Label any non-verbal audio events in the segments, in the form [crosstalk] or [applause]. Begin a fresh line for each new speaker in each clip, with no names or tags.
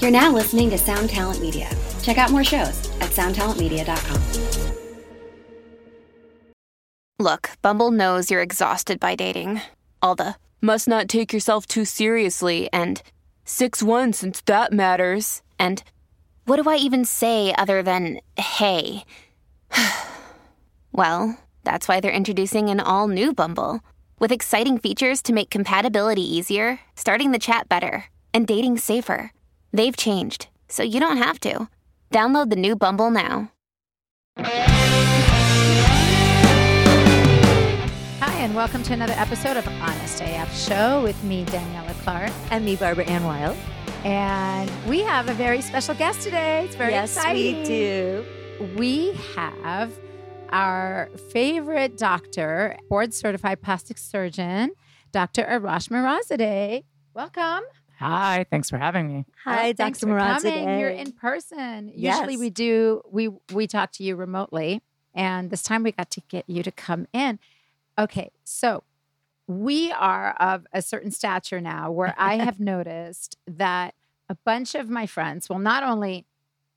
You're now listening to Sound Talent Media. Check out more shows at soundtalentmedia.com.
Look, Bumble knows you're exhausted by dating. All the must not take yourself too seriously and 6 1 since that matters. And what do I even say other than hey? [sighs] well, that's why they're introducing an all new Bumble with exciting features to make compatibility easier, starting the chat better, and dating safer. They've changed, so you don't have to. Download the new Bumble now.
Hi, and welcome to another episode of Honest AF Show with me, Daniela Clark.
And me, Barbara Ann Wild.
And we have a very special guest today. It's very
yes,
exciting.
we do.
We have our favorite doctor, board certified plastic surgeon, Dr. Arash Marazadeh. Welcome.
Hi, thanks for having me.
Hi,
Oh,
Dr.
thanks for coming. You're in person. Usually
Yes.
we do we we talk to you remotely, and this time we got to get you to come in. Okay, so we are of a certain stature now where
[laughs]
I have noticed that a bunch of my friends, well, not only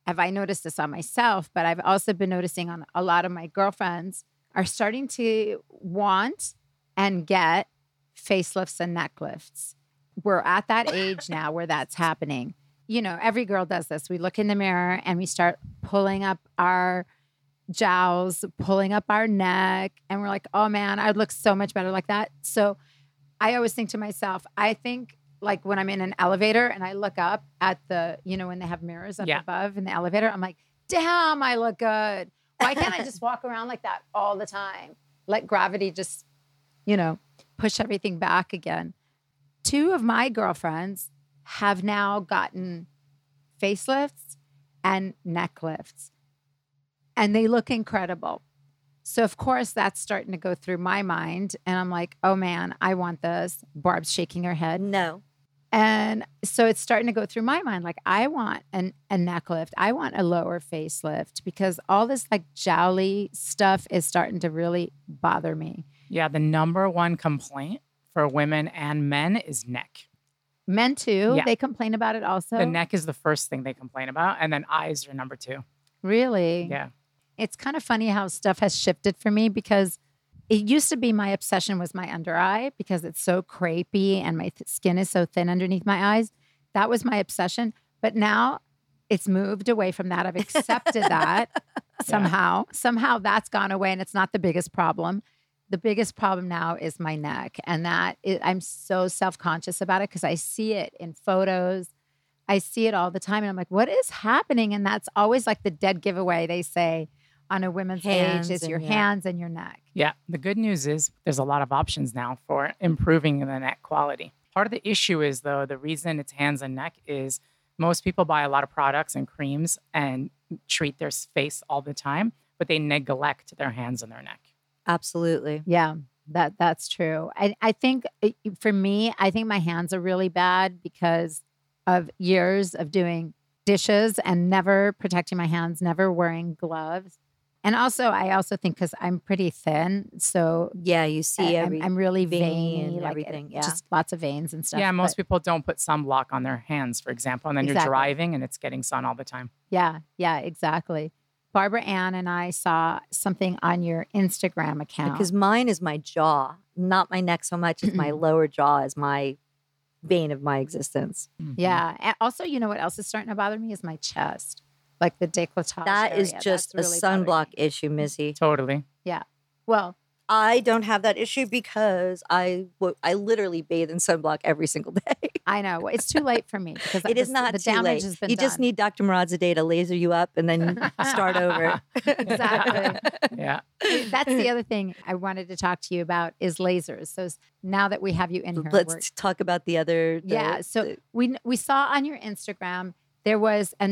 have I noticed this on myself, but I've also been noticing on a lot of my girlfriends are starting to want and get facelifts and neck lifts. We're at that age now where that's happening. You know, every girl does this. We look in the mirror and we start pulling up our jowls, pulling up our neck, and we're like, oh man, I look so much better like that. So I always think to myself, I think like when I'm in an elevator and I look up at the, you know, when they have mirrors up
Yeah.
above in the elevator, I'm like, damn, I look good. Why can't I just walk around like that all the time? Let gravity just, you know, push everything back again. Two of my girlfriends have now gotten facelifts and neck lifts, and they look incredible. So, of course, that's starting to go through my mind. And I'm like, oh man, I want this. Barb's shaking her head.
Uh, No.
And so it's starting to go through my mind. Like, I want an, a neck lift. I want a lower facelift because all this like jowly stuff is starting to really bother me.
Yeah, the number one complaint for women and men is neck.
Men, too,
Yeah.
they complain about it also.
The neck is the first thing they complain about, and then eyes are number two.
Really?
Yeah.
It's kind of funny how stuff has shifted for me because it used to be my obsession was my under eye because it's so crepey and my th- skin is so thin underneath my eyes. That was my obsession. But now it's moved away from that. I've accepted
[laughs]
that somehow. Somehow that's gone away and it's not the biggest problem. The biggest problem now is my neck. And that is, I'm so self conscious about it because I see it in photos. I see it all the time. And I'm like, what is happening? And that's always like the dead giveaway they say on a women's
Hands
age is
and
your
neck.
hands and your neck.
Yeah. The good news is there's a lot of options now for improving the neck quality. Part of the issue is, though, the reason it's hands and neck is most people buy a lot of products and creams and treat their face all the time, but they neglect their hands and their neck.
Absolutely.
Yeah, that that's true. I I think uh, for me, I think my hands are really bad because of years of doing dishes and never protecting my hands, never wearing gloves. And also, I also think because I'm pretty thin, so
Yeah, you see
I-
every.
I'm, I'm really
vein
veiny,
and
like,
everything, yeah.
just lots of veins and stuff.
yeah. Most
but-
people don't put sunblock on their hands, for example, and then
Exactly.
you're driving and it's getting sun all the time.
yeah, yeah, exactly. Barbara Ann and I saw something on your Instagram account
because mine is my jaw, not my neck so much.
[clears throat]
It's my lower jaw is my vein of my existence.
Mhm.
Yeah. And also, you know what else is starting to bother me is my chest, like the décolletage.
that is
area.
just
oh, That's really
a
bothering
sunblock
me.
issue, Missy.
Totally.
Well,
I don't have that issue because I wo- I literally bathe in sunblock every single [laughs] day.
I know Well, it's too late for me because
It is
this-
not
the
too
damage
late.
has been
you just
done.
need [laughs] Dr. Marazadeh to laser you up and then start over.
Exactly.
Yeah.
[laughs] That's the other thing I wanted to talk to you about is lasers. So s- now that we have you in here,
Let's
we're-
talk about the other. the-
yeah. So [laughs]
the-
we kn- we saw on your Instagram there was a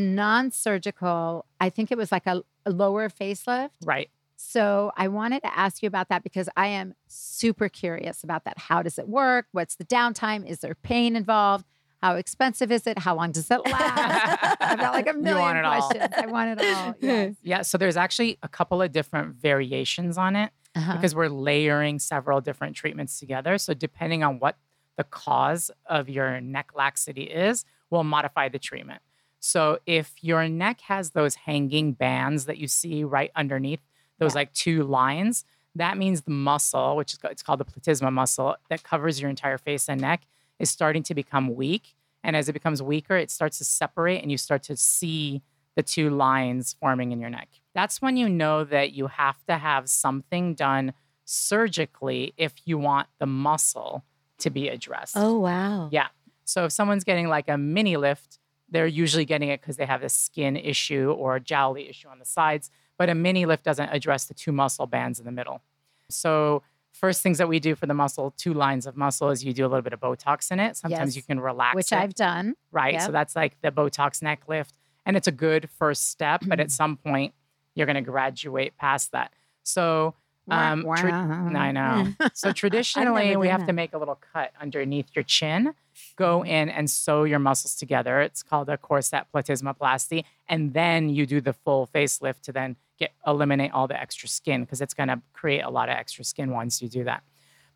non-surgical. I think it was like a, a lower facelift.
Right.
So I wanted to ask you about that because I am super curious about that. How does it work? What's the downtime? Is there pain involved? How expensive is it? How long does it last?
[laughs]
I've got
[laughs]
like a
You
million
want it all.
questions. I want it
[laughs]
all. Yes.
Yeah, so there's actually a couple of different variations on it
Uh-huh.
because we're layering several different treatments together. So depending on what the cause of your neck laxity is, we'll modify the treatment. So if your neck has those hanging bands that you see right underneath those like two lines, that means the muscle, which is ca- it's called the platysma muscle that covers your entire face and neck, is starting to become weak. And as it becomes weaker, it starts to separate and you start to see the two lines forming in your neck. That's when you know that you have to have something done surgically if you want the muscle to be addressed.
Oh wow.
Yeah. So if someone's getting like a mini lift, they're usually getting it because they have a skin issue or a jowly issue on the sides. But a mini lift doesn't address the two muscle bands in the middle. So first things that we do for the muscle, two lines of muscle, is you do a little bit of Botox in it. Sometimes
Yes.
you can relax
which
it,
I've done.
right.
yep.
So that's like the Botox neck lift, and it's a good first step. But
Mm-hmm.
at some point, you're going to graduate past that. So Um, tra-
Uh-huh.
I know. So traditionally,
never
we
done
have to
that.
make a little cut underneath your chin, go in and sew your muscles together. It's called a corset platysmoplasty, and then you do the full facelift to then get eliminate all the extra skin because it's going to create a lot of extra skin once you do that.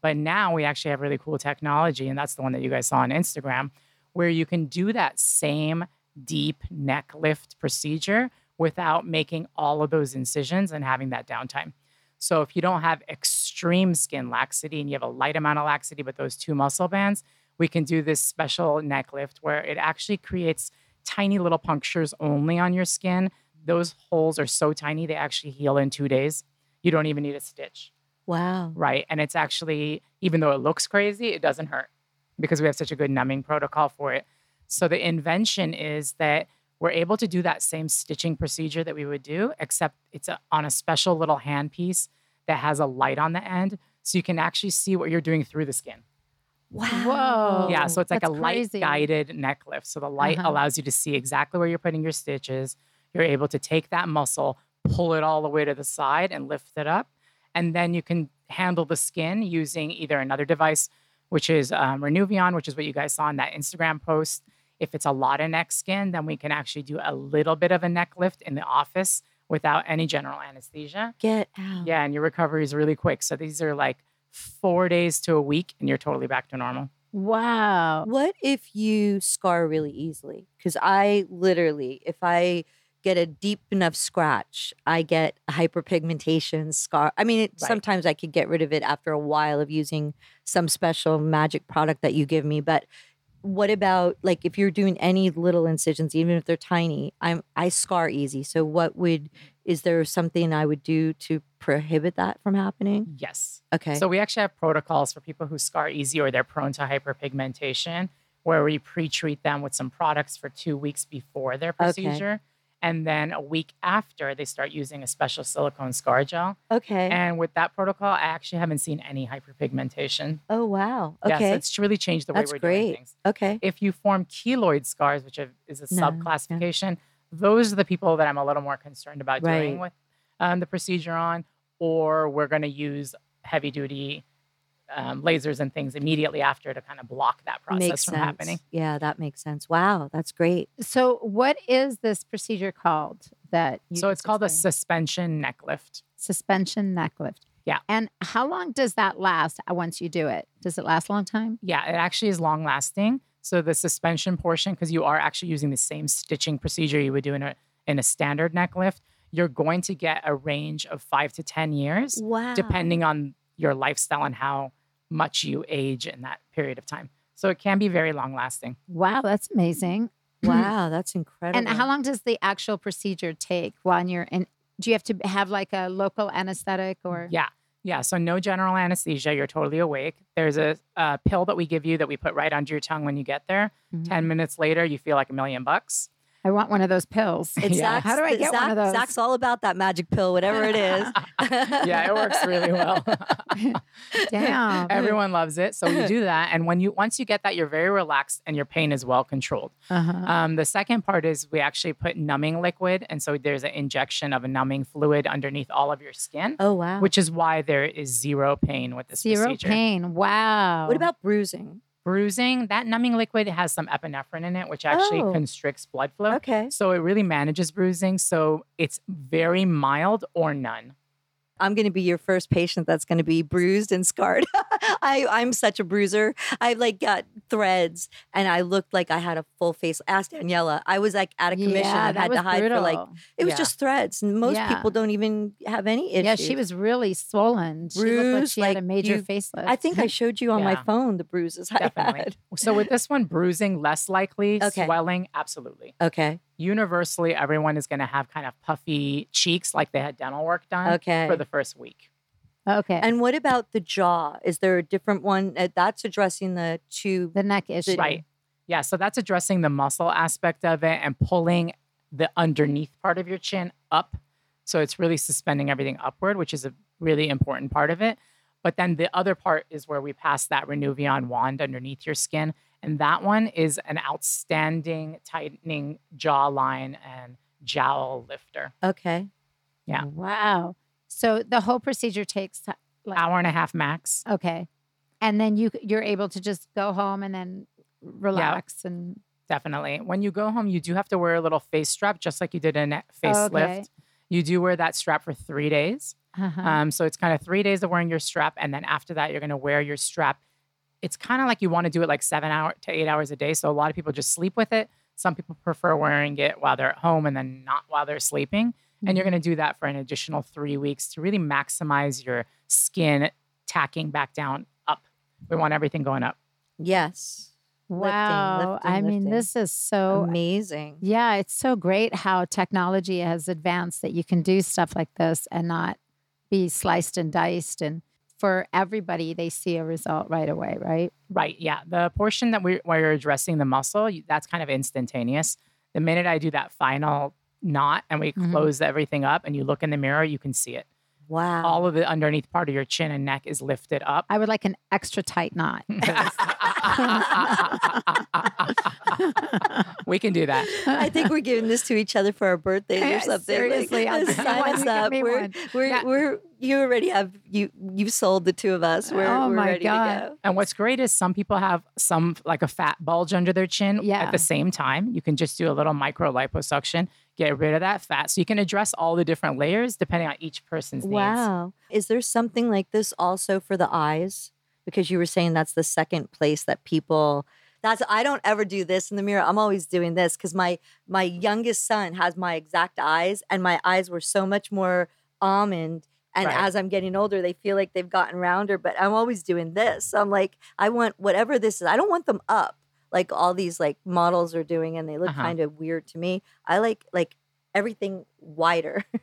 But now we actually have really cool technology, and that's the one that you guys saw on Instagram, where you can do that same deep neck lift procedure without making all of those incisions and having that downtime. So if you don't have extreme skin laxity and you have a light amount of laxity, but those two muscle bands, we can do this special neck lift where it actually creates tiny little punctures only on your skin. Those holes are so tiny, they actually heal in two days. You don't even need a stitch,
Wow.
right? And it's actually, even though it looks crazy, it doesn't hurt because we have such a good numbing protocol for it. So the invention is that we're able to do that same stitching procedure that we would do, except it's a, on a special little handpiece that has a light on the end, so you can actually see what you're doing through the skin.
Wow.
yeah, so it's like a
Oh, that's
light
crazy.
guided neck lift. So the light
Uh-huh.
allows you to see exactly where you're putting your stitches. You're able to take that muscle, pull it all the way to the side, and lift it up, and then you can handle the skin using either another device, which is um, Renuvion, which is what you guys saw in that Instagram post. If it's a lot of neck skin, then we can actually do a little bit of a neck lift in the office without any general anesthesia.
Get
Uh-huh.
out.
Yeah, and your recovery is really quick. So these are like four days to a week, and you're totally back to normal.
Wow.
What if you scar really easily? Because I literally, if I get a deep enough scratch, I get hyperpigmentation scar. I mean, it,
Right.
sometimes I could get rid of it after a while of using some special magic product that you give me. But what about like if you're doing any little incisions, even if they're tiny? I'm I scar easy. So what would is there something I would do to prohibit that from happening?
Yes.
Okay.
So we actually have protocols for people who scar easy or they're prone to hyperpigmentation, where we pre-treat them with some products for two weeks before their procedure. And then a week after, they start using a special silicone scar gel.
okay.
And with that protocol, I actually haven't seen any hyperpigmentation.
oh wow.
Yes,
Okay.
it's really changed the way
That's
we're doing
great.
things.
okay.
If you form keloid scars, which are- is a
No, yeah.
subclassification, those are the people that I'm a little more concerned about doing
Right.
with um, the procedure on, or we're going to use heavy duty um, lasers and things immediately after to kind of block that process
makes
from
sense.
happening.
Yeah, that makes sense. Wow, that's great.
So, what is this procedure called that you
So
just
it's called a
explained?
suspension neck lift.
suspension neck lift?
Yeah.
And how long does that last uh, once you do it? Does it last a long time?
Yeah, it actually is long lasting. So the suspension portion, because you are actually using the same stitching procedure you would do in a in a standard neck lift, you're going to get a range of five to ten years.
Wow.
depending on your lifestyle and how much you age in that period of time. So it can be very long lasting.
Wow, that's amazing. [laughs]
Wow, that's incredible.
And how long does the actual procedure take when you're in? Do you have to have like a local anesthetic or?
Yeah. Yeah. So no general anesthesia. You're totally awake. There's a, a pill that we give you that we put right under your tongue when you get there.
Mm-hmm.
10 minutes later, you feel like a million bucks.
I want one of those
[laughs]
pills.
It's
Yeah.
Zach's,
How do I get one of those?
Zach's all about that magic pill, whatever it is.
[laughs] Yeah, it works really well. [laughs]
Damn.
Everyone loves it. So you do that. And when you once you get that, you're very relaxed and your pain is well controlled.
Uh-huh.
Uh,
Um, the second part is we actually put numbing liquid. And so there's an injection of a numbing fluid underneath all of your skin.
[laughs] Oh wow.
which is why there is zero pain with this
Zero
procedure.
pain. Wow.
what about bruising?
Bruising, that numbing liquid has some epinephrine in it, which actually
Oh.
constricts blood flow.
Okay. [laughs]
So it really manages bruising. So it's very mild or none.
I'm going to be your first patient that's going to be bruised and scarred. [laughs] I, I'm such a bruiser. I like got threads and I looked like I had a full face. Ask Daniela. I was like out of commission.
Yeah,
I
that
had
was
to hide
brutal.
for like, it was
Yeah.
just threads. And Most
Yeah.
people don't even have any issues.
yeah, she was really swollen. She looked like
Bruised,
she had a
like,
major
you-
facelift.
I
[laughs]
think I showed you on my
Yeah.
phone the bruises I
Definitely.
had.
So with this one, bruising less likely,
Okay.
swelling absolutely.
Okay.
Universally, everyone is going to have kind of puffy cheeks, like they had dental work
Uh,
done
Okay.
[laughs]
for the first week.
okay.
And what about the jaw? Is there a different one Uh, that's addressing the
[laughs]
two?
the neck issue.
Right. Yeah. So that's addressing the muscle aspect of it and pulling the underneath part of your chin up. So it's really suspending everything upward, which is a really important part of it. But then the other part is where we pass that Renuvion wand underneath your skin. And that one is an outstanding tightening jawline and jowl lifter.
Okay.
Yeah.
Wow. So the whole procedure takes ti- like
Hour and a half max.
okay, and then you c- you're able to just go home and then relax and
Definitely. When you go home, you do have to wear a little face strap, just like you did in a facelift.
Okay.
You do wear that strap for three days.
uh-huh.
Um, so it's kind of three days of wearing your strap, and then after that, you're going to wear your strap. It's kind of like you want to do it like seven hour to eight hours a day. So a lot of people just sleep with it. Some people prefer wearing it while they're at home and then not while they're sleeping. And you're going to do that for an additional three weeks to really maximize your skin tacking back down up. We want everything going up.
Yes. lifting,
wow.
lifting,
I mean,
lifting.
this is so
Amazing.
Oh, yeah, it's so great how technology has advanced that you can do stuff like this and not be sliced and diced and for everybody they see a result right away, right?
Right. Yeah. The portion that we where you're addressing the muscle, you- that's kind of instantaneous. The minute I do that final knot and we
Mhm.
close everything up and you look in the mirror, you can see it.
[laughs]
Wow.
all of the underneath part of your chin and neck is lifted up.
Um, I [laughs] would like an extra tight
[laughs]
knot.
[laughs] we can do that.
[laughs] I think we're giving this to each other for our birthdays
Yeah,
or something.
seriously, I'll
let's
give you
sign
one,
us
you give
up.
me
We're,
one.
we're,
Yeah.
we're, you already have you you've sold the two of us. We're,
Oh
we're
my
ready
God.
to go.
And what's great is some people have some like a fat bulge under their chin
Yeah.
at the same time. You can just do a little micro liposuction, get rid of that fat. So you can address all the different layers depending on each person's needs.
Wow. Is there something like this also for the eyes? Because you were saying that's the second place that people that's I don't ever do this in the mirror. I'm always doing this because my my youngest son has my exact eyes and my eyes were so much more almond. And
Right.
as I'm getting older, they feel like they've gotten rounder, but I'm always doing this. So I'm like, I want whatever this is, I don't want them up like all these like models are doing and they look
Uh-huh.
kind of weird to me. I like like everything wider. [laughs]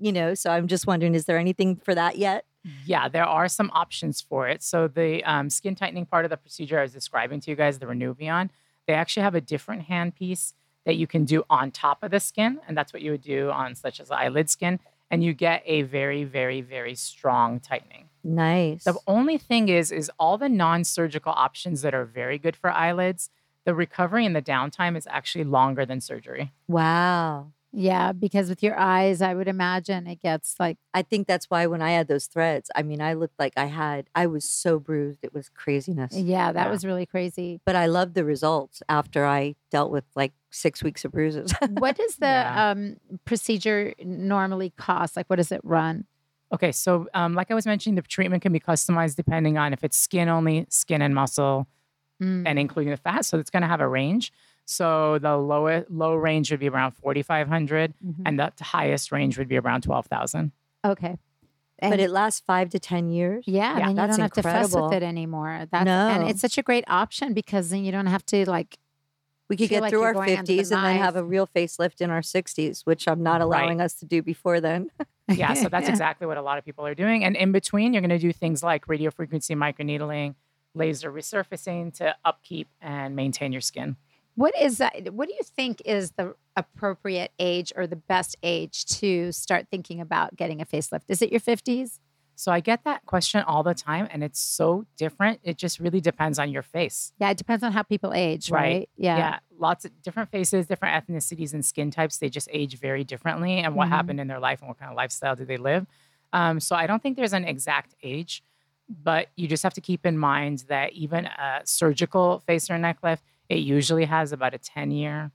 you know so i'm just wondering is there anything for that yet
Yeah, there are some options for it. So the um, skin tightening part of the procedure I was describing to you guys, the Renuvion, they actually have a different hand piece that you can do on top of the skin, and that's what you would do on such as eyelid skin, and you get a very, very, very strong tightening.
nice
The only thing is, is all the non-surgical options that are very good for eyelids, the recovery and the downtime is actually longer than surgery.
wow
[laughs] Yeah, because with your eyes, I would imagine it gets like
i think that's why when i had those threads i mean i looked like i had i was so bruised it was craziness
yeah, that
Yeah.
was really crazy.
but i loved the results after i dealt with like six weeks of bruises [laughs]
What does the
Yeah.
um, procedure normally cost? Like, what does it run?
Okay, so um, like I was mentioning, the treatment can be customized depending on if it's skin only, skin and muscle,
Mm.
and including the fat. So it's going to have a range. So the lowest low range would be around 4,500,
Mhm.
and the t- highest range would be around 12,000.
okay, and
but it lasts five to ten years
yeah,
yeah,
then you
that's
don't have to fuss
incredible.
with it anymore. That's
No.
and it's such a great option because then you don't have to like
we could
Feel
get
like
through
you're
our
going under the
50s and then have
knife.
a real facelift in our 60s which i'm not
Right.
allowing us to do before then [laughs]
Yeah, so that's exactly what a lot of people are doing. And in between, you're going to do things like radiofrequency microneedling, laser resurfacing to upkeep and maintain your skin.
what is that? What do you think is the appropriate age or the best age to start thinking about getting a facelift? Is it your fifties?
So I get that question all the time, and it's so different. It just really depends on your face.
Yeah, it depends on how people age, right?
Right.
Yeah.
lots of different faces, different ethnicities and skin types. They just age very differently, and what
Mhm.
happened in their life and what kind of lifestyle do they live. Um, so I don't think there's an exact age, but you just have to keep in mind that even a surgical face or neck lift, it usually has about a 10 year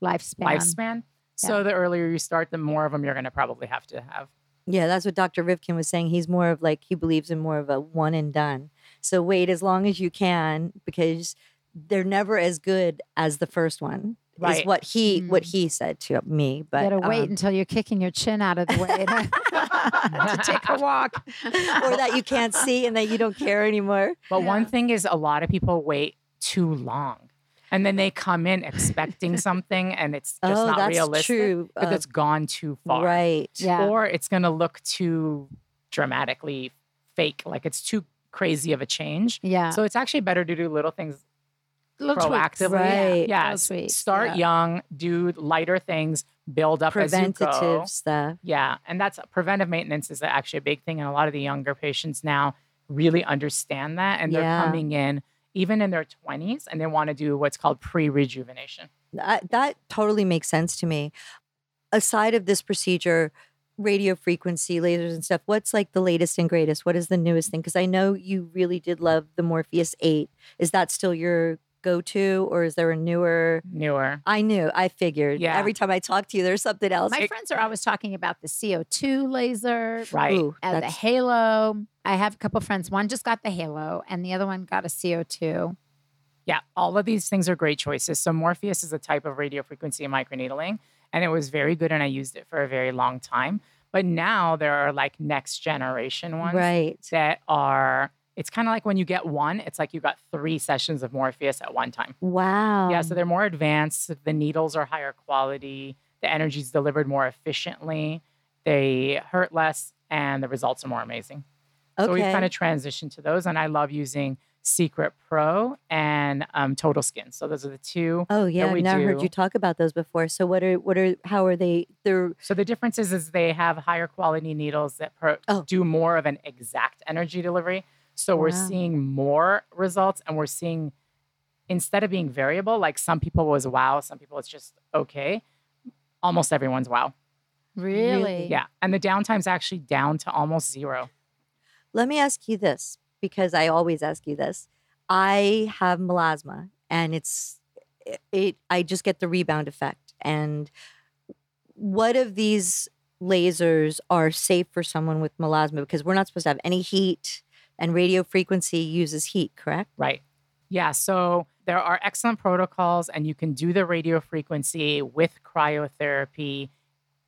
lifespan.
lifespan. So the earlier you start, the more of them you're going to probably have to have.
Yeah, that's what Dr. Rivkin was saying. He's more of like he believes in more of a one and done. So wait as long as you can because they're never as good as the first one. Is
Right.
what he what
Mm.
he said to me. Mm-hmm. But
you gotta wait
um,
until you're kicking your chin out of the way
[laughs]
to, [laughs] to take a walk.
[laughs] or that you [laughs] can't see and that you don't care anymore.
But one
Yeah.
thing is, a lot of people wait too long, and then they come in expecting something, and it's just
oh,
not
that's
realistic
true.
because
uh,
it's gone too far,
right.
Yeah.
Or it's going to look too dramatically fake, like it's too crazy of a change.
Yeah.
So it's actually better to do little things
Little tweaks.
proactively.
Right.
Yeah,
Little tweaks,
start
yeah.
young, do lighter things, build up as you go.
Preventative stuff.
Yeah, and that's preventive maintenance is actually a big thing, and a lot of the younger patients now really understand that, and they're
Yeah.
coming in even in their twenties, and they want to do what's called pre-rejuvenation.
I, that totally makes sense to me. Aside of this procedure, radio frequency, lasers, and stuff, what's like the latest and greatest? What is the newest thing? Because I know you really did love the Morpheus 8. Is that still your go to, or is there a newer?
Newer.
I knew, I figured.
Yeah.
Every time I talk to you, there's something else.
My friends are always talking about the CO2 laser
Right.
Ooh,
and the
that's-
halo. I have a couple friends. One just got the halo, and the other one got a CO2.
Yeah, all of these things are great choices. So Morpheus is a type of radio frequency microneedling, and it was very good, and I used it for a very long time. But now there are like next generation ones
right.
that are. It's kind of like when you get one, it's like you got three sessions of Morpheus at one time.
Wow.
Yeah, so they're more advanced. The needles are higher quality. The energy is delivered more efficiently. They hurt less, and the results are more amazing.
okay.
So we've kind of transitioned to those, and I love using Secret Pro and um, Total Skin. So those are the two.
Oh yeah, I've
we
never heard
do.
you talk about those before. So what are what are how are they? They're
So the difference is, is they have higher quality needles that pro-
Oh.
do more of an exact energy delivery. So we're
Wow.
seeing more results, and we're seeing instead of being variable, like some people was wow, some people it's just okay. Almost everyone's wow.
Really?
Yeah. And the downtime's actually down to almost zero.
Let me ask you this because I always ask you this. I have melasma and it's it, it I just get the rebound effect and what of these lasers are safe for someone with melasma because we're not supposed to have any heat and radio frequency uses heat, correct?
Right. Yeah. So there are excellent protocols, and you can do the radio frequency with cryotherapy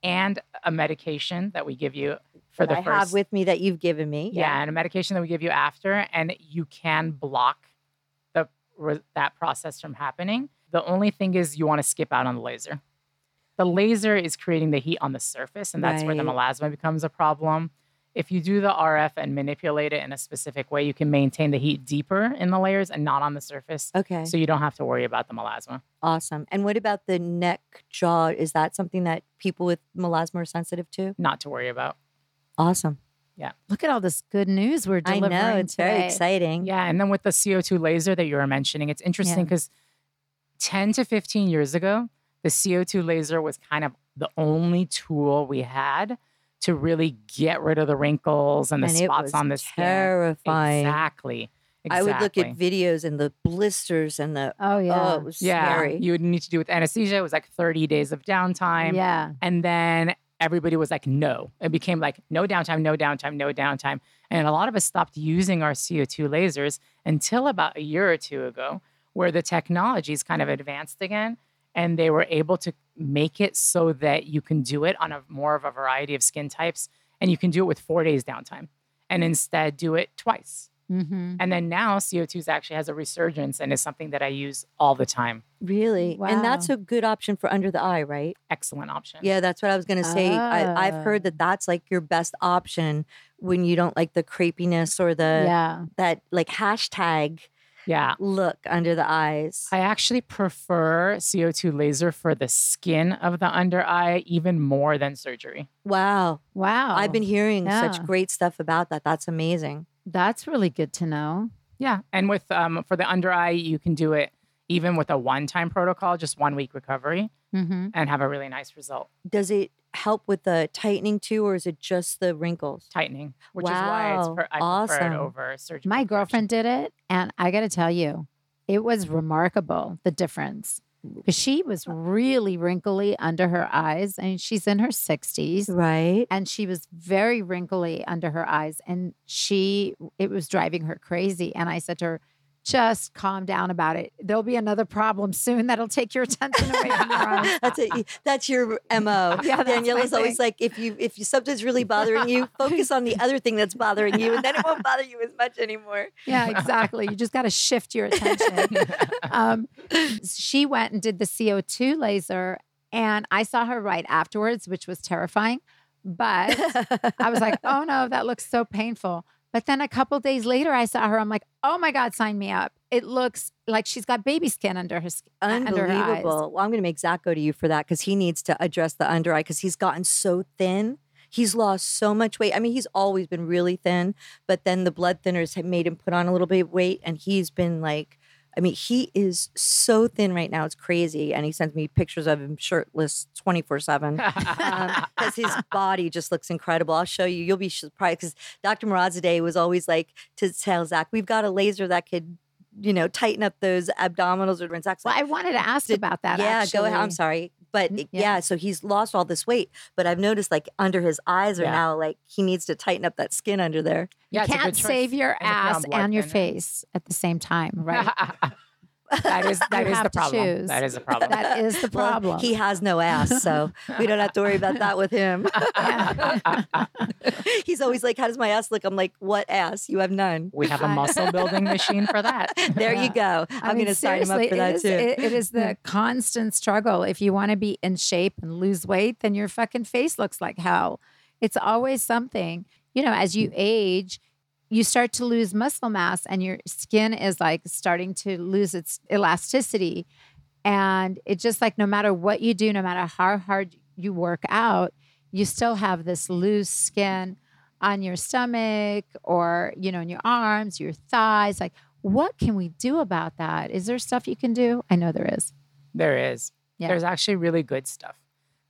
and a medication that we give you for
That
the
I
first.
have with me that you've given me.
yeah. and a medication that we give you after, and you can block the re- that process from happening. The only thing is you want to skip out on the laser. The laser is creating the heat on the surface, and that's where the
Right.
melasma becomes a problem. If you do the RF and manipulate it in a specific way, you can maintain the heat deeper in the layers and not on the surface,
Okay.
so you don't have to worry about the melasma.
awesome. And what about the neck jaw? Is that something that people with melasma are sensitive to?
Not to worry about.
Awesome.
Look at all this good news we're delivering.
I know it's very
today.
exciting.
Yeah, and then with the CO2 laser that you were mentioning, it's interesting because 10 to 15 years ago, the CO2 laser was kind of the only tool we had to really get rid of the wrinkles and the
and it
spots
was
on the skin.
terrifying.
Exactly. Exactly.
I would look at videos and the blisters and the
Oh yeah.
oh, it was
yeah,
scary.
you would need to do with anesthesia. It was like 30 days of downtime.
yeah.
And then everybody was like, no. It became like no downtime, no downtime, no downtime. And a lot of us stopped using our CO2 lasers until about a year or two ago, where the technology's kind of advanced again. And they were able to make it so that you can do it on a more of a variety of skin types. And you can do it with four days downtime and instead do it twice.
Mm-hmm.
And then now CO2 actually has a resurgence and is something that I use all the time.
Really, and that's
Wow.
a good option for under the eye, right?
Excellent option.
Yeah, that's what I was gonna say. I, I've heard
Ah.
that that's like your best option when you don't like the crepiness or the
yeah.
that like hashtag
Yeah.
look under the eyes.
I actually prefer CO2 laser for the skin of the under eye even more than surgery.
wow,
Wow.
Oh,
I've been hearing
yeah.
such great stuff about that. That's amazing.
That's really good to know.
Yeah. And with um, for the under eye, you can do it even with a one time protocol, just one week recovery,
Mm-hmm.
and have a really nice result.
Does it help with the tightening too, or is it just the wrinkles?
Tightening, which is why it's
Wow,
per- I prefer
awesome.
it over surgery. [laughs]
My girlfriend did it, and I got to tell you, it was remarkable the difference. Because she was really wrinkly under her eyes. I mean, she's in her 60s
Right.
and she was very wrinkly under her eyes. And she, it was driving her crazy. And I said to her, just calm down about it. There'll be another problem soon that'll take your attention away from your
[laughs]
eyes. [laughs]
That's it. That's your mo.
Yeah, that's
Daniela's
my
always
thing.
like, if you if you something's really
[laughs]
bothering you, focus on the other thing that's bothering you, and then it won't bother you as
[laughs]
much anymore. [laughs]
Yeah, exactly. You just got to shift your attention. um, she went and did the CO2 laser, and I saw her right afterwards, which was terrifying. But I was like, oh no, that looks so painful. But then a couple days later, I saw her. I'm like, oh my God, sign me up. It looks like she's got baby skin under her skin. Under her eyes.
Unbelievable. Well, I'm going to make Zach go to you for that because he needs to address the under eye because he's gotten so thin. He's lost so much weight. I mean, he's always been really thin, but then the blood thinners have made him put on a little bit of weight, and he's been like, I mean, he is so thin right now. It's crazy. And he sends me pictures of him shirtless 24
um,
7 because Um,
[laughs]
his body just looks incredible. I'll show you. You'll be surprised because Dr. Morazadeh was always like to tell Zach, we've got a laser that could, you know, tighten up those abdominals. Or Zach's
Well,
like,
I wanted to ask
Did-
about that.
yeah, go ahead. I'm
actually.
sorry. But
Mm,
it-
yeah.
yeah. so he's lost all this weight, but I've noticed like under his eyes are
Yeah.
now like he needs to tighten up that skin under there.
You
Yeah, it's a
can't
good choice.
save your
And if you're on
ass
blood
and your
thinner-
face at the same time, right?
[laughs] that is that
You
is
have
the
to
problem.
choose.
That is the problem.
that is the
Well,
problem.
he has no ass, so we don't have to worry about that with him. [laughs] he's always like, "How does my ass look?" I'm like, "What ass? You
[laughs]
have none."
[laughs] we have a muscle building machine for that.
There you go. I'm
I mean,
going to sign him up
seriously,
for
it
that
is-
too.
it- it
[laughs]
is the constant struggle. If you want to be in shape and lose weight, then your fucking face looks like hell. It's always something. You know, as you age, you start to lose muscle mass and your skin is like starting to lose its elasticity. And it just like no matter what you do, no matter how hard you work out, you still have this loose skin on your stomach or, you know, in your arms, your thighs. Like, what can we do about that? Is there stuff you can do? I know there is.
There is.
Yeah.
There's actually really good stuff.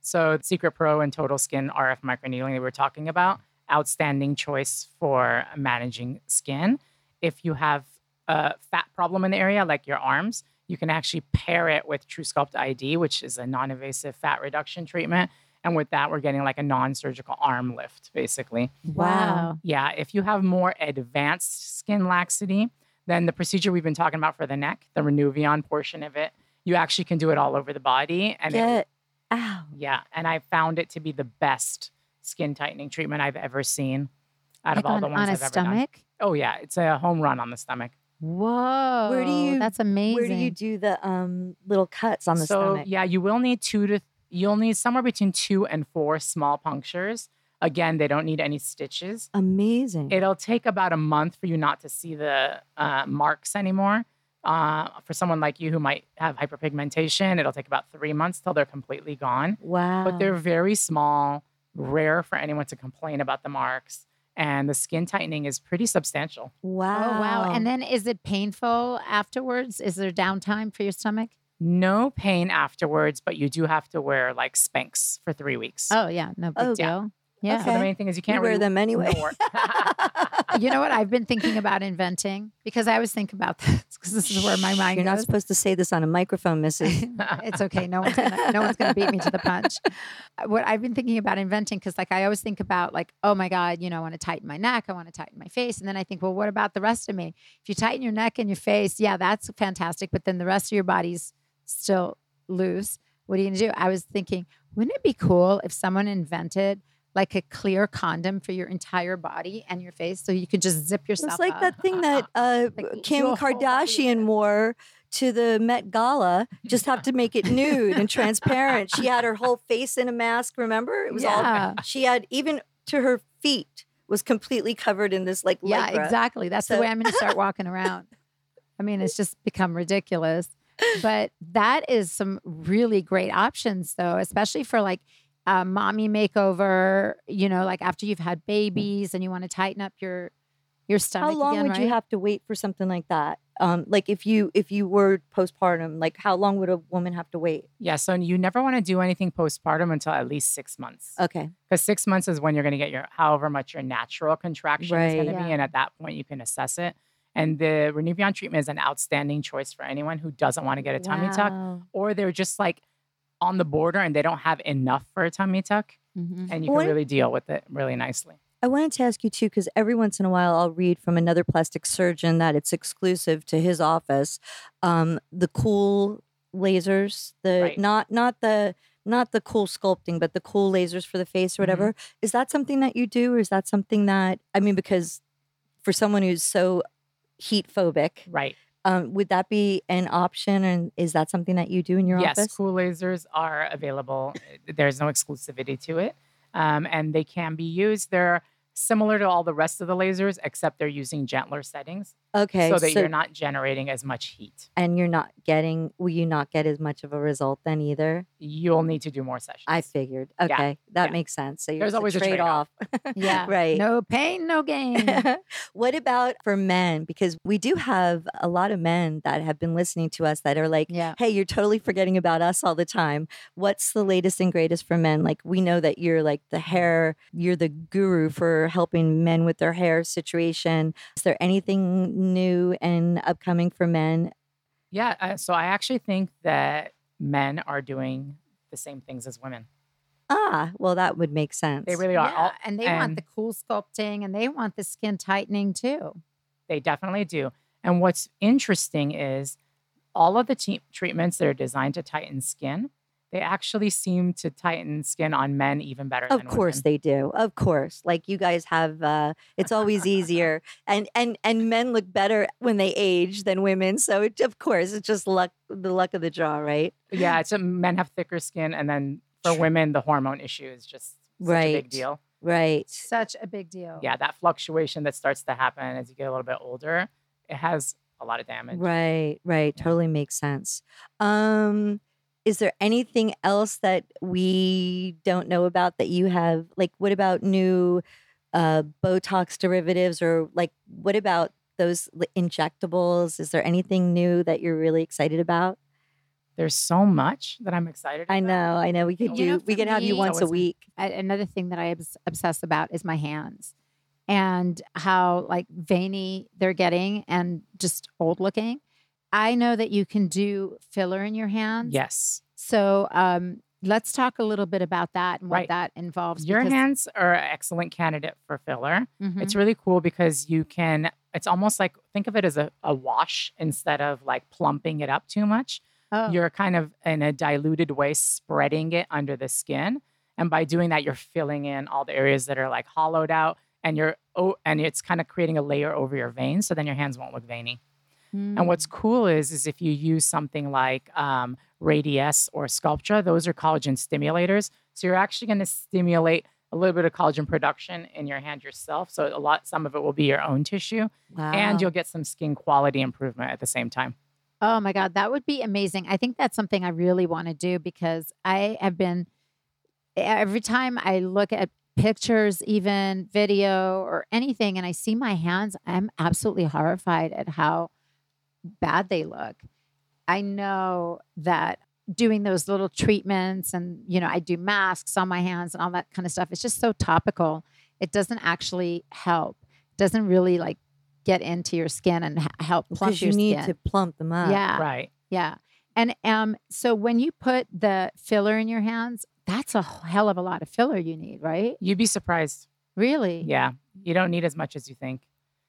So Secret Pro and Total Skin RF microneedling that we were talking about, outstanding choice for managing skin. If you have a fat problem in the area, like your arms, you can actually pair it with TrueSculpt ID, which is a non-invasive fat reduction treatment. And with that, we're getting like a non-surgical arm lift, basically.
Wow.
Yeah, if you have more advanced skin laxity, then the procedure we've been talking about for the neck, the Renuvion portion of it, you actually can do it all over the body. And it-
Get out.
yeah, and I found it to be the best skin tightening treatment I've ever seen out
Like
of all
on,
the ones
on a
I've ever done.
stomach.
Oh yeah, it's a home run on the stomach.
Whoa.
you-
That's amazing.
Where do you do the um, little cuts on the
so
stomach?
yeah, you will need two to you'll need somewhere between two and four small punctures. Again, they don't need any stitches.
Amazing.
It'll take about a month for you not to see the uh, marks anymore. Uh, for someone like you who might have hyperpigmentation, it'll take about three months till they're completely gone.
wow.
But they're very small, rare for anyone to complain about the marks. And the skin tightening is pretty substantial.
Oh,
wow.
wow. And then is it painful afterwards? Is there downtime for your stomach?
No pain afterwards, but you do have to wear like Spanx for three weeks.
Oh, yeah. No big
Oh,
deal.
okay.
Yeah.
So the main thing is you can't
You wear
really-
them anyway.
[laughs]
[laughs]
No work.
you know what I've been thinking about inventing because I always think about [laughs] this because [laughs] this is where my mind
You're not
goes.
supposed to say this on
[laughs]
a microphone, Mrs.
it's okay. No one's gonna no one's gonna beat me to the punch. Uh, What I've been thinking about inventing because like I always think about like oh my god you know I want to tighten my neck I want to tighten my face and then I think well what about the rest of me if you tighten your neck and your face yeah that's fantastic but then the rest of your body's still loose what are you gonna do I was thinking wouldn't it be cool if someone invented like a clear condom for your entire body and your face so you could just zip yourself
It's like
up.
that thing
[laughs]
that uh,
Like,
Kim
your [laughs] whole body
Kardashian
is-
wore to the Met Gala. Just have to make it nude and transparent.
[laughs]
She had her whole face in a mask. Remember, it was
Yeah.
all she had, even to her feet, was completely covered in this like
Yeah,
lycra.
exactly. That's the
So-
way I'm going to start walking around. I mean, it's just become ridiculous. But that is some really great options, though, especially for like a mommy makeover. You know, like after you've had babies and you want to tighten up your your stomach.
How long
again,
would
right?
you have to wait for something like that? Um, like if you if you were postpartum, like how long would a woman have to wait?
yeah, so you never want to do anything postpartum until at least six months.
Okay,
because six months is when you're going to get your however much your natural contraction is going
Right.
to
Yeah.
be and at that point you can assess it And the Renuvion treatment is an outstanding choice for anyone who doesn't want to get a tummy tuck
Wow.
or they're just like on the border and they don't have enough for a tummy tuck.
[laughs]
Mhm.
And you
What-
can really deal with it really nicely.
I wanted to ask you too, because every once in a while I'll read from another plastic surgeon that it's exclusive to his office. Um, the cool lasers, the
Right.
not not the not the cool sculpting, but the cool lasers for the face or
Mhm.
whatever. Is that something that you do, or is that something that I mean? Because for someone who's so heat phobic,
Right.
um, would that be an option? And is that something that you do in your
yes,
office?
cool lasers are available. There's no exclusivity to it, um, and they can be used. They're similar to all the rest of the lasers, except they're using gentler settings
Okay,
so that you're not generating as much heat.
and you're not getting. Will you not get as much of a result then either?
You'll need to do more sessions.
I figured.
Yeah,
Okay, that
yeah.
makes sense. So you're-
There's
it's
always a
trade-off.
trade-off. Mm-hmm.
Yeah.
Right.
No pain, no
[laughs]
gain.
what about for men? Because we do have a lot of men that have been listening to us that are like,
yeah.
"Hey, you're totally forgetting about us all the time." What's the latest and greatest for men? Like we know that you're like the hair, you're the guru for helping men with their hair situation. Is there anything new and upcoming for men?
yeah. Uh, so I actually think that men are doing the same things as women.
Ah, well, that would make sense.
They really are.
Yeah,
All,
and they want
and-
the cool sculpting and they want the skin tightening too.
They definitely do. And what's interesting is all of the te- treatments that are designed to tighten skin, they actually seem to tighten skin on men even better
Of
than
course
women.
they do. Of course. Like you guys have uh it's always
[laughs]
easier and and and men look better when they age than women. So it, of course it's just luck the luck of the draw, right?
Yeah, it's a, men have thicker skin, and then for
True.
women, the hormone issue is just such a
Right.
big deal.
Right.
Such a big deal.
Yeah, that fluctuation that starts to happen as you get a little bit older, it has a lot of damage.
Right, right.
Yeah.
Totally makes sense. Um is there anything else that we don't know about that you have like what about new uh Botox derivatives or like what about those li- injectables? Is there anything new that you're really excited about?
There's so much that I'm excited.
I
about.
know, I know. We could
know,
do. we
for
could have you
me-
once a
Always good.
week.
I, another thing that I obs- obsess about is my hands and how like veiny they're getting and just old looking. I know that you can do filler in your hands.
Yes,
So um, let's talk a little bit about that and what
Right.
that involves.
your
because-
hands are an excellent candidate for filler.
Mhm.
It's really cool because you can. It's almost like think of it as a, a wash instead of like plumping it up too much.
oh,
You're kind of in a diluted way spreading it under the skin, and by doing that, you're filling in all the areas that are like hollowed out, and you're oh, and it's kind of creating a layer over your veins, so then your hands won't look veiny. And what's cool is is if you use something like um, Radius or Sculptra, those are collagen stimulators. So you're actually going to stimulate a little bit of collagen production in your hand yourself. So a lot, some of it will be your own tissue,
Wow.
and you'll get some skin quality improvement at the same time.
Oh my God, that would be amazing. I think that's something I really want to do because I have been, e, every time I look at pictures, even video or anything, and I see my hands, I'm absolutely horrified at how bad they look. I know that doing those little treatments and, you know, I do masks on my hands and all that kind of stuff, it's just so topical. It doesn't actually help, it doesn't really like get into your skin and h- help plump
because
your
you need
skin.
to plump them up.
Yeah.
Right.
Yeah. And um, so when you put the filler in your hands, that's a hell of a lot of filler you need, right?
You'd be surprised.
Really?
Yeah. You don't need as much as you think.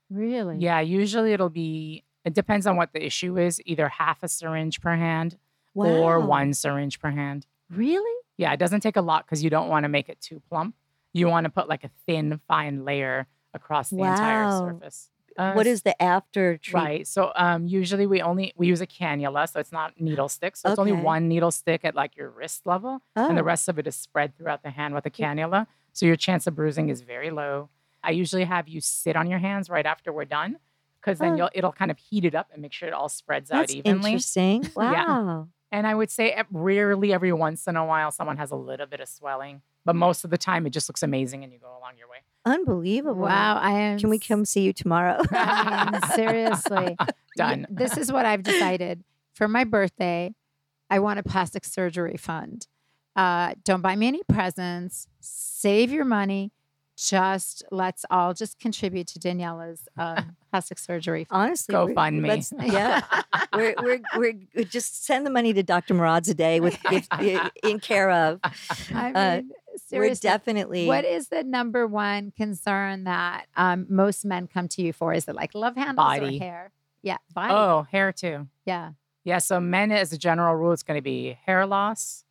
Really?
Yeah. Usually it'll be, it depends on what the issue is, either half a syringe per hand or
Wow.
one syringe per hand.
Really?
Yeah, it doesn't take a lot because you don't want to make it too plump. You want to put like a thin, fine layer across the entire
Wow.
surface. Uh,
What
s-
is the after treatment?
right? So um, usually we only we use a cannula, so it's not needle stick. So it's only
Okay.
one needle stick at like your wrist level,
Oh.
and the rest of it is spread throughout the hand with a cannula. So your chance of bruising is very low. I usually have you sit on your hands right after we're done, because then
Oh.
you'll it'll kind of heat it up and make sure it all spreads
That's
out evenly.
interesting.
[laughs] Yeah.
Wow.
And I would say ev- rarely every once in a while someone has a little bit of swelling, but most of the time it just looks amazing and you go along your way.
Unbelievable.
Wow. I am.
Can we
s-
come see you
[laughs]
tomorrow?
I mean, seriously.
[laughs]
Y-
[laughs] Done.
this is what I've decided for my birthday. I want a plastic surgery fund. Uh, don't buy me any presents. Save your money. just let's all just contribute to Daniela's um, plastic surgery.
[laughs]
fund.
Honestly,
Go
we're-
fund me.
let's-
[laughs]
Yeah, we're, we're, we're just send the money to Dr. Murad a day with
[laughs]
gift, in care of.
I mean,
Uh, We're
seriously,
definitely
What is the number one concern that um, most men come to you for? Is it like love handles
Body.
or hair? Yeah, body.
Oh, hair too.
Yeah,
Yeah. So men, as a general rule, it's going to be hair loss,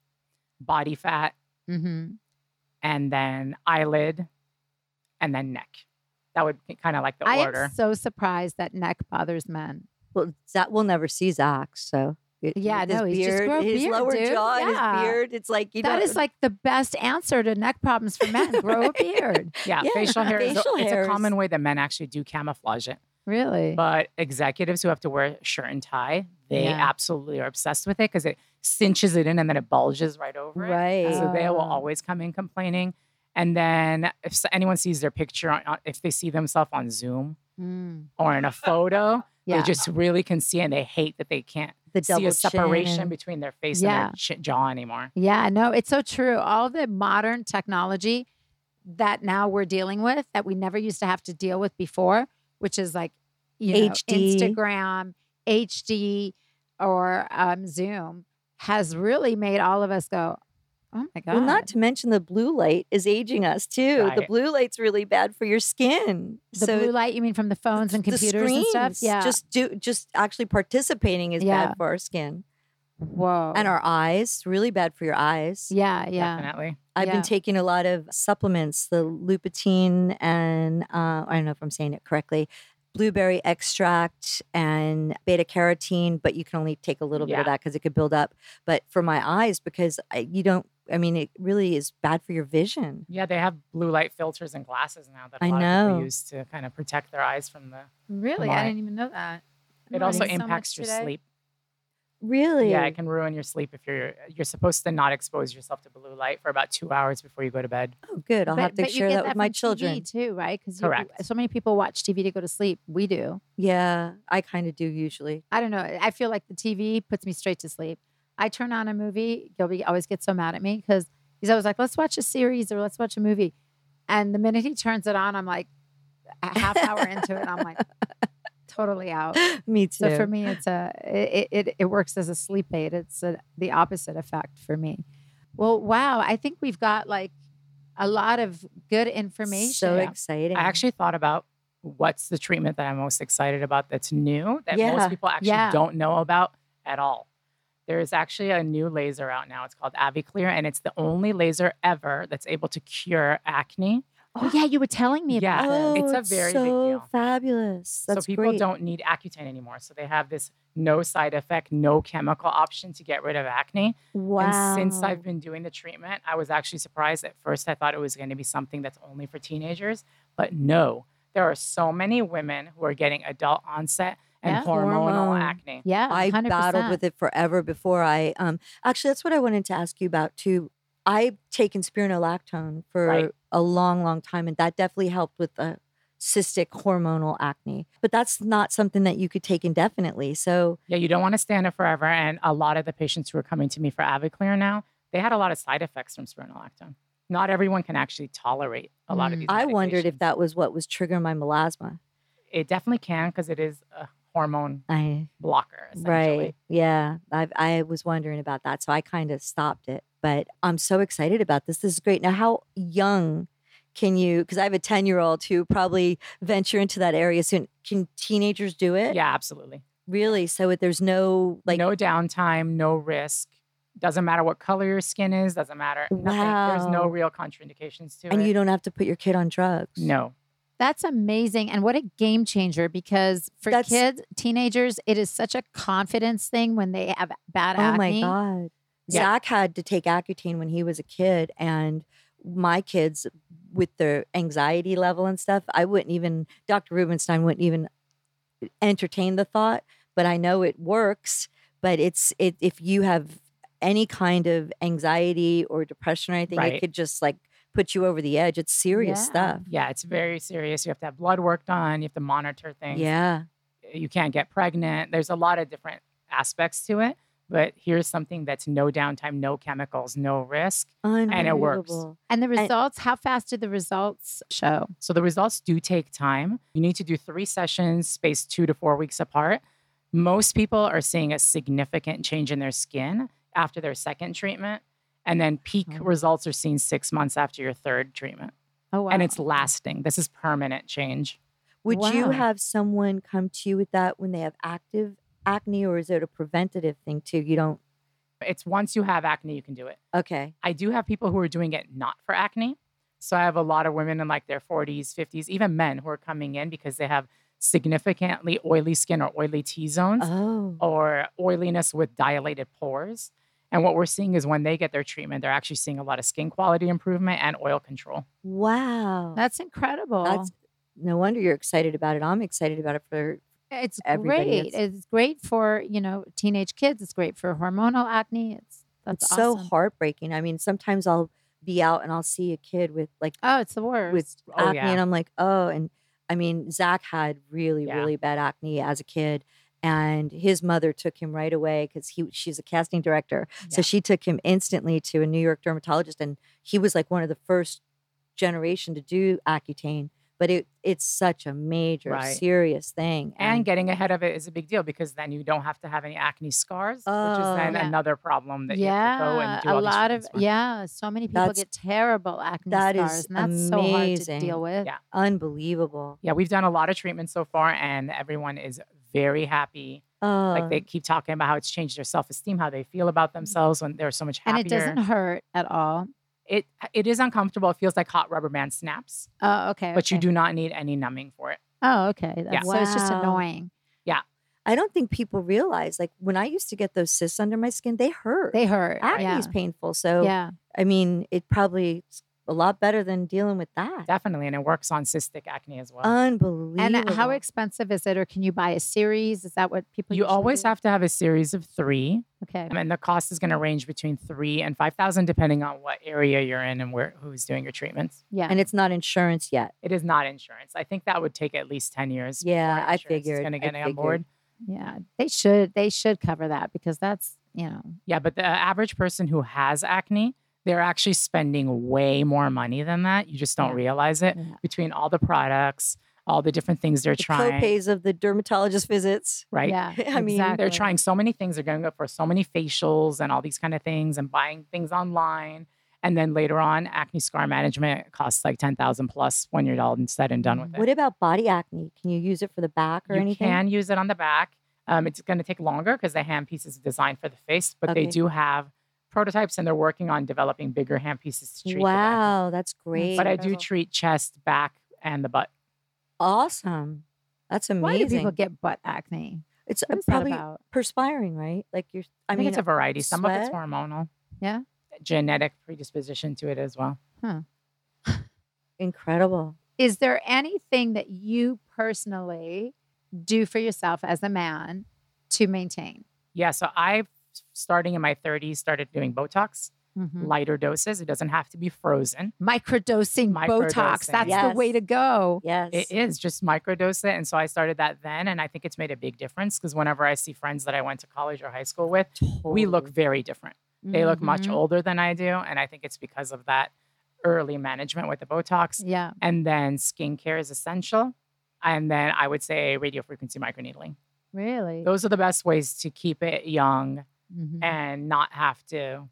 body fat,
hmm
and then eyelid, and then neck. That would be kind of like the
I am
order.
so surprised that neck bothers men.
well, Zach will never see Zach. So it-
Yeah,
his
no, he's just
beard,
grow a
his
beard,
lower
dude.
jaw, and
Yeah.
his beard. It's like you
That
know,
is like the best answer to neck problems for men. Grow a
[laughs]
Right.
beard.
Yeah,
yeah,
facial hair is
facial
a, it's
hair
a
is-
common way that men actually do camouflage it.
Really?
But executives who have to wear shirt and tie, they
Yeah.
absolutely are obsessed with it because it cinches it in and then it bulges right over it.
right.
So they will
Oh.
always come in complaining. And then if s- anyone sees their picture, on, on- if they see themselves on Zoom
Mm,
or in a photo,
yeah.
they just really can see and they hate that they can't
the double
see a separation
chin.
between their face
Yeah.
and their ch- jaw anymore.
Yeah, no, it's so true. All the modern technology that now we're dealing with that we never used to have to deal with before, which is like you know,
HD.
Instagram, HD, or um, Zoom, has really made all of us go, "Oh my god!"
Well, not to mention the blue light is aging us too. The
Right.
blue light's really bad for your skin.
the
so
blue light. You mean from the phones and
the
computers and stuff?
screens,
Yeah.
Just do just actually participating is
Yeah.
bad for our skin.
whoa.
Oh.
And our eyes, really bad for your eyes.
yeah, yeah.
Definitely.
I've
Yeah.
been taking a lot of supplements, the lupitine and uh, I don't know if I'm saying it correctly, blueberry extract and beta carotene, but you can only take a little bit
Yeah.
of that because it could build up. But for my eyes, because I, you don't, I mean, it really is bad for your vision.
Yeah, they have blue light filters and glasses now that a
I
lot of
know.
people use to kind of protect their eyes from the.
Really, I
Right.
didn't even know that. I'm
It also
learning so much
impacts your
today.
sleep.
Really? Oh,
Yeah, it can ruin your sleep if you're you're supposed to not expose yourself to blue light for about two hours before you go to bed.
Oh, good. I'll
but,
have to
but you
share
get
that with my
from TV
children.
too, right? Because
Correct.
so many people watch TV to go to sleep. We do.
Yeah, I kind of do usually. [laughs]
I don't know. I feel like the TV puts me straight to sleep. I turn on a movie. Gilby always gets so mad at me because he's always like, "Let's watch a series or let's watch a movie," and the minute he turns it on, I'm like, a half hour into it, I'm
[laughs]
like, totally out.
Me too.
So for me, it's a it, it it works as a sleep aid. It's a, the opposite effect for me. Well, wow, I think we've got like a lot of good information.
So
Yeah.
exciting.
I actually thought about what's the treatment that I'm most excited about that's new that
Yeah,
most people actually
yeah.
don't know about at all. There is actually a new laser out now. It's called AviClear, and it's the only laser ever that's able to cure acne.
oh yeah, you were telling me about
Yeah.
oh,
this.
it's a very big
so
deal.
fabulous. That's
so people
great.
don't need Accutane anymore. So they have this no side effect, no chemical option to get rid of acne.
Wow.
And since I've been doing the treatment, I was actually surprised. At first, I thought it was going to be something that's only for teenagers, but no, there are so many women who are getting adult onset and
Yeah.
hormonal
Hormone.
acne.
Yeah,
Oh, I battled with it forever before I um actually that's what I wanted to ask you about too. I've taken spironolactone for
Right.
a long, long time, and that definitely helped with the cystic hormonal acne. But that's not something that you could take indefinitely. So
Yeah, you don't want to stay on it forever. And a lot of the patients who are coming to me for Aviclear now, they had a lot of side effects from spironolactone. Not everyone can actually tolerate a lot of
Mm.
these.
I wondered
medications.
if that was what was triggering my melasma.
it definitely can because it is a hormone
I
blocker. Essentially.
Right. Yeah. I I was wondering about that, so I kind of stopped it. But I'm so excited about this. This is great. Now, how young can you? Because I have a ten year old who probably venture into that area soon. Can teenagers do it?
Yeah, absolutely.
Really? So it, there's no like.
no downtime, no risk. Doesn't matter what color your skin is. Doesn't matter. Nothing. There's
Wow.
no real contraindications to it.
and you don't have to put your kid on drugs.
No.
That's amazing. And what a game changer because for
That's-
kids, teenagers, it is such a confidence thing when they have bad
Oh my
acne.
god.
Yeah.
Zach had to take Accutane when he was a kid, and my kids with their anxiety level and stuff, I wouldn't even. Dr. Rubenstein wouldn't even entertain the thought. But I know it works. But it's it if you have any kind of anxiety or depression or anything, it
Right.
could just like put you over the edge. It's serious
Yeah.
stuff.
Yeah, it's very serious. You have to have blood work done. You have to monitor things.
Yeah.
You can't get pregnant. There's a lot of different aspects to it. But here's something that's no downtime, no chemicals, no risk.
And
it works.
And the results, how fast did the results show?
So the results do take time. You need to do three sessions spaced two to four weeks apart. Most people are seeing a significant change in their skin after their second treatment. And then peak
Oh.
results are seen six months after your third treatment.
Oh, wow.
And it's lasting. This is permanent change.
Would you
Wow.
have someone come to you with that when they have active acne, or is it a preventative thing too? You don't.
It's once you have acne, you can do it.
Okay.
I do have people who are doing it not for acne. So I have a lot of women in like their 40s, 50s, even men who are coming in because they have significantly oily skin or oily T zones.
Oh.
or oiliness with dilated pores. And what we're seeing is when they get their treatment, they're actually seeing a lot of skin quality improvement and oil control.
Wow.
That's incredible.
That's no wonder you're excited about it. I'm excited about it for
it's
everybody
great.
is.
It's great for, you know, teenage kids. It's great for hormonal acne. It's that's
it's so
awesome.
heartbreaking. I mean, sometimes I'll be out and I'll see a kid with like
Oh, it's the worst.
with
Oh,
acne,
yeah.
and I'm like, oh, and I mean, Zach had really,
Yeah.
really bad acne as a kid, and his mother took him right away because he she's a casting director, so
Yeah.
she took him instantly to a New York dermatologist, and he was like one of the first generation to do Accutane, but it it's such a major,
Right.
serious thing,
And getting ahead of it is a big deal because then you don't have to have any acne scars, which is
Oh.
then
Yeah.
another problem that
yeah,
you have to go and do
a
all these
lot of
treatments for.
yeah. So many people
That's-
get terrible acne
that is
scars, and that's so hard to
amazing.
deal with.
Yeah.
unbelievable.
Yeah, we've done a lot of treatments so far, and everyone is very happy.
Oh,
Uh.
like they keep talking about how it's changed their self esteem, how they feel about themselves when they're so much
Mm.
happier.
And it doesn't hurt at all.
It it is uncomfortable. It feels like hot rubber band snaps,
Oh, okay.
but you
okay.
do not need any numbing for it.
Oh, okay. That's- So it's just
Wow.
annoying.
I don't think people realize like when I used to get those cysts under my skin, they hurt.
They hurt.
acne
yeah.
is painful, so
yeah.
I mean, it probably is a lot better than dealing with that.
Definitely, and it works on cystic acne as well.
Um, Unbelievable.
And how expensive is it, or can you buy a series? Is that what people?
You
usually
always
do?
have to have a series of three,
Okay.
and the cost is going to range between three and five thousand, depending on what area you're in and where who's doing your treatments.
Yeah.
and it's not insurance yet.
It is not insurance. I think that would take at least ten years.
Yeah, I figured.
going
I
to get on
figured.
board.
yeah. They should. They should cover that because that's you know.
Yeah, but the average person who has acne, they're actually spending way more money than that. You just don't
Yeah.
realize it
Yeah.
between all the products, all the different things they're
The
trying.
copays of the dermatologist visits.
[laughs]
right?
Yeah.
I mean,
exactly.
They're trying so many things. They're going up for so many facials and all these kind of things and buying things online. And then later on, acne scar management costs like 10,000 plus when you're all and said and done with it.
What about body acne? Can you use it for the back or
you
anything?
can use it on the back. Um, it's going to take longer because the hand piece is designed for the face, but
Okay.
they do have prototypes and they're working on developing bigger hand pieces to treat. the back.
Wow, that's great.
But I do
incredible.
treat chest, back, and the butt.
awesome. That's amazing.
Why do people get butt acne?
it's uh,
What is that
probably
about?
perspiring, right? Like you're.
I,
I,
think
mean,
it's a variety. Some of it's
sweat?
hormonal.
Yeah.
Genetic predisposition to it as well.
incredible.
Is there anything that you personally do for yourself as a man to maintain?
Yeah. So I, starting in my 30s, started doing Botox.
Mm-hmm.
lighter doses. It doesn't have to be frozen.
Microdosing, Botox.
Microdosing.
That's the way
Yes.
to go.
Yes.
It is just microdose it. And so I started that then. And I think it's made a big difference because whenever I see friends that I went to college or high school with,
[laughs]
we look very different. They look much
Mhm.
older than I do. And I think it's because of that early management with the Botox.
Yeah.
And then skincare is essential. And then I would say radio frequency microneedling.
Really?
Those are the best ways to keep it young
Mhm.
and not have to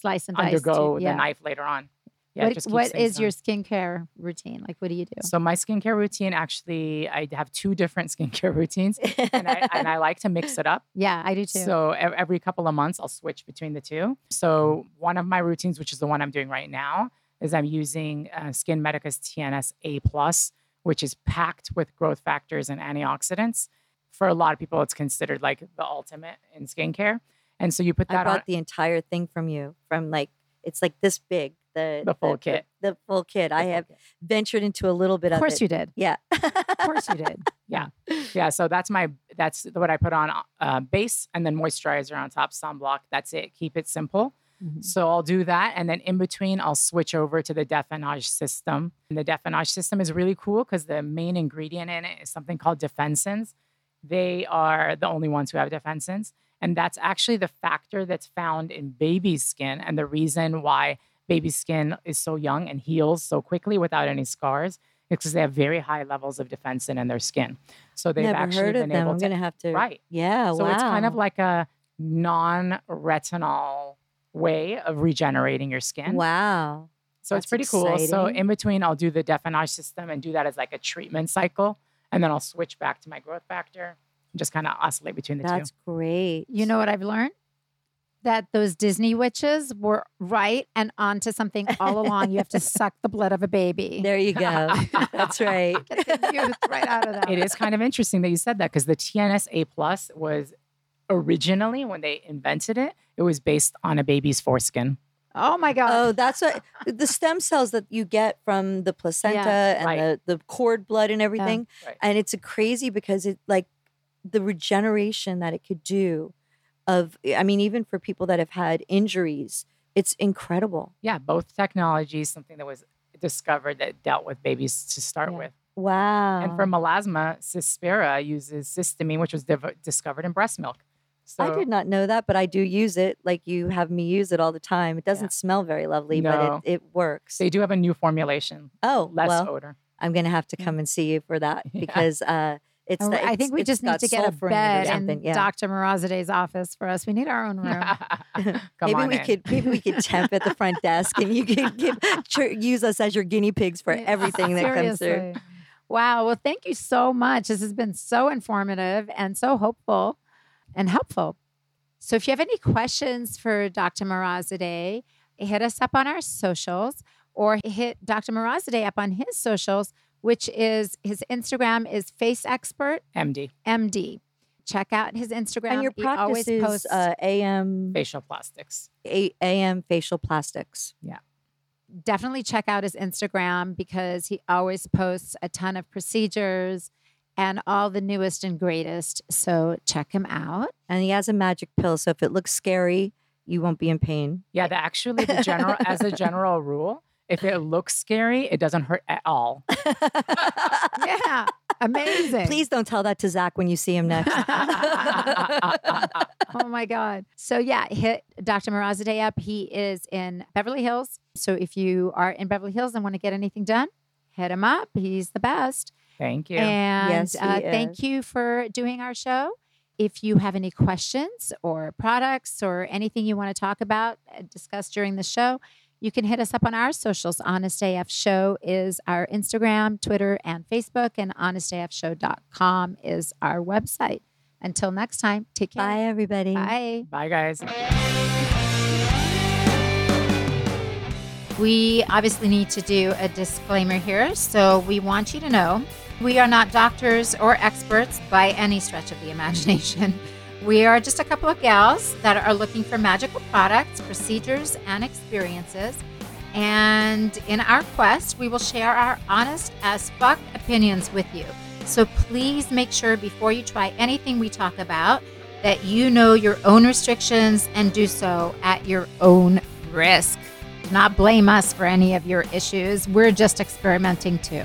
Slice and dice. too.
undergo
Yeah.
the knife later on. Yeah, it
what
just keeps
what
things
is
young.
your skincare routine? Like, what do you do?
So my skincare routine actually, I have two different [laughs] skincare routines, and I, and I like to mix
[laughs]
it up.
Yeah, I do too.
So ev- every couple of months, I'll switch between the two. So one of my routines, which is the one I'm doing right now, is I'm using uh, Skin Medica's TNS A plus, which is packed with growth factors and antioxidants. For a lot of people, it's considered like the ultimate in skincare. And so you put
I
that on.
bought the entire thing from you. From like it's like this big. The
The full kit.
The, full kit. I have ventured into a little bit
of
of,
course
it.
you did.
[laughs]
Yeah. [laughs]
Of course you did.
Yeah, so that's my that's what I put on uh, base and then moisturizer on top, sunblock. That's it. Keep it simple.
Mhm.
So I'll do that. And then in between, I'll switch over to the Definage system. And the Definage system is really cool because the main ingredient in it is something called defensins. They are the only ones who have defensins. And that's actually the factor that's found in baby skin and the reason why baby skin is so young and heals so quickly without any scars is because they have very high levels of defensin in their skin. So they've
Never
actually
heard of
been
them.
able
I'm
to
gonna have to.
right.
Yeah.
so
Oh, wow.
it's kind of like a non-retinol way of regenerating your skin.
Wow.
So it's
That's
pretty cool. So
exciting.
in between, I'll do the definage system and do that as like a treatment cycle, and then I'll switch back to my growth factor and just kind of oscillate between the
That's
two.
great.
You know what I've learned? That those Disney witches were right and onto something all along. You have to suck the blood of a
[laughs]
baby.
[laughs] There you go. [laughs] That's right.
Get the youth right out of that.
[laughs] It is kind of interesting that you said that because the TNS A plus was originally when they invented it, it was based on a baby's foreskin.
Oh my god.
[laughs] Oh, that's what
[laughs]
the stem cells that you get from the placenta and
Right.
the, the cord blood and everything.
Right.
And it's a crazy because it like the regeneration that it could do of I mean, even for people that have had injuries, it's incredible.
Yeah, both technologies, something that was discovered that dealt with babies to start
Yeah.
with.
Wow.
And for melasma, Cispera uses histamine, which was div- discovered in breast milk. So
I did not know that, but I do use it. Like you have me use it all the time. It doesn't smell very lovely,
No.
but it, it works.
they do have a new formulation,
oh,
less
well, [laughs]
odor.
I'm gonna have to come and see you for
[laughs]
that
Yeah.
because uh, it's.
Oh,
the-
I
it's-
think we
it's
just need
got
to get a
sulfur in it or
bed
something,
in
yeah.
Dr. Marazade's office for us. We need our own
[laughs]
room.
Come
maybe
on
we
in.
could maybe we could temp at the front desk, and you could
[laughs]
give, tr- use us as your guinea pigs for
Yeah,
everything that comes through.
seriously. Wow. Well, thank you so much. This has been so informative and so hopeful and helpful. So, if you have any questions for Dr. Marazadeh, hit us up on our socials or hit Dr. Marazadeh up on his socials, which is his Instagram is Face Expert
MD,
MD. Check out his Instagram.
And your
He
practice
always
is
posts
uh, AM
facial plastics.
A- AM facial plastics.
definitely check out his Instagram because he always posts a ton of procedures and all the newest and greatest. So check him out.
And he has a magic pill, so if it looks scary, you won't be in pain. [laughs]
Yeah, the, actually, the general as a general rule, if it looks scary, it doesn't hurt at all.
[laughs]
[laughs]
Yeah. Amazing.
Please don't tell that to Zach when you see him
[laughs]
next.
Oh my God. So yeah, hit Dr. Marazadeh up. He is in Beverly Hills. So if you are in Beverly Hills and want to get anything done, hit him up. He's the best.
Thank you.
And
Yes, he
uh, thank you for doing our show. If you have any questions or products or anything you want to talk about, uh, discuss during the show, you can hit us up on our socials. Honest AF Show is our Instagram, Twitter, and Facebook, and honestafshow.com is our website. Until next time, take
Bye,
care.
everybody.
Bye.
Bye, guys.
We obviously need to do a disclaimer here. So, we want you to know we are not doctors or experts by any stretch of the imagination. [laughs] We are just a couple of gals that are looking for magical products, procedures, and experiences. And in our quest, we will share our honest as fuck opinions with you. So, please make sure before you try anything we talk about that you know your own restrictions and do so at your own risk. Do not blame us for any of your issues. We're just experimenting too.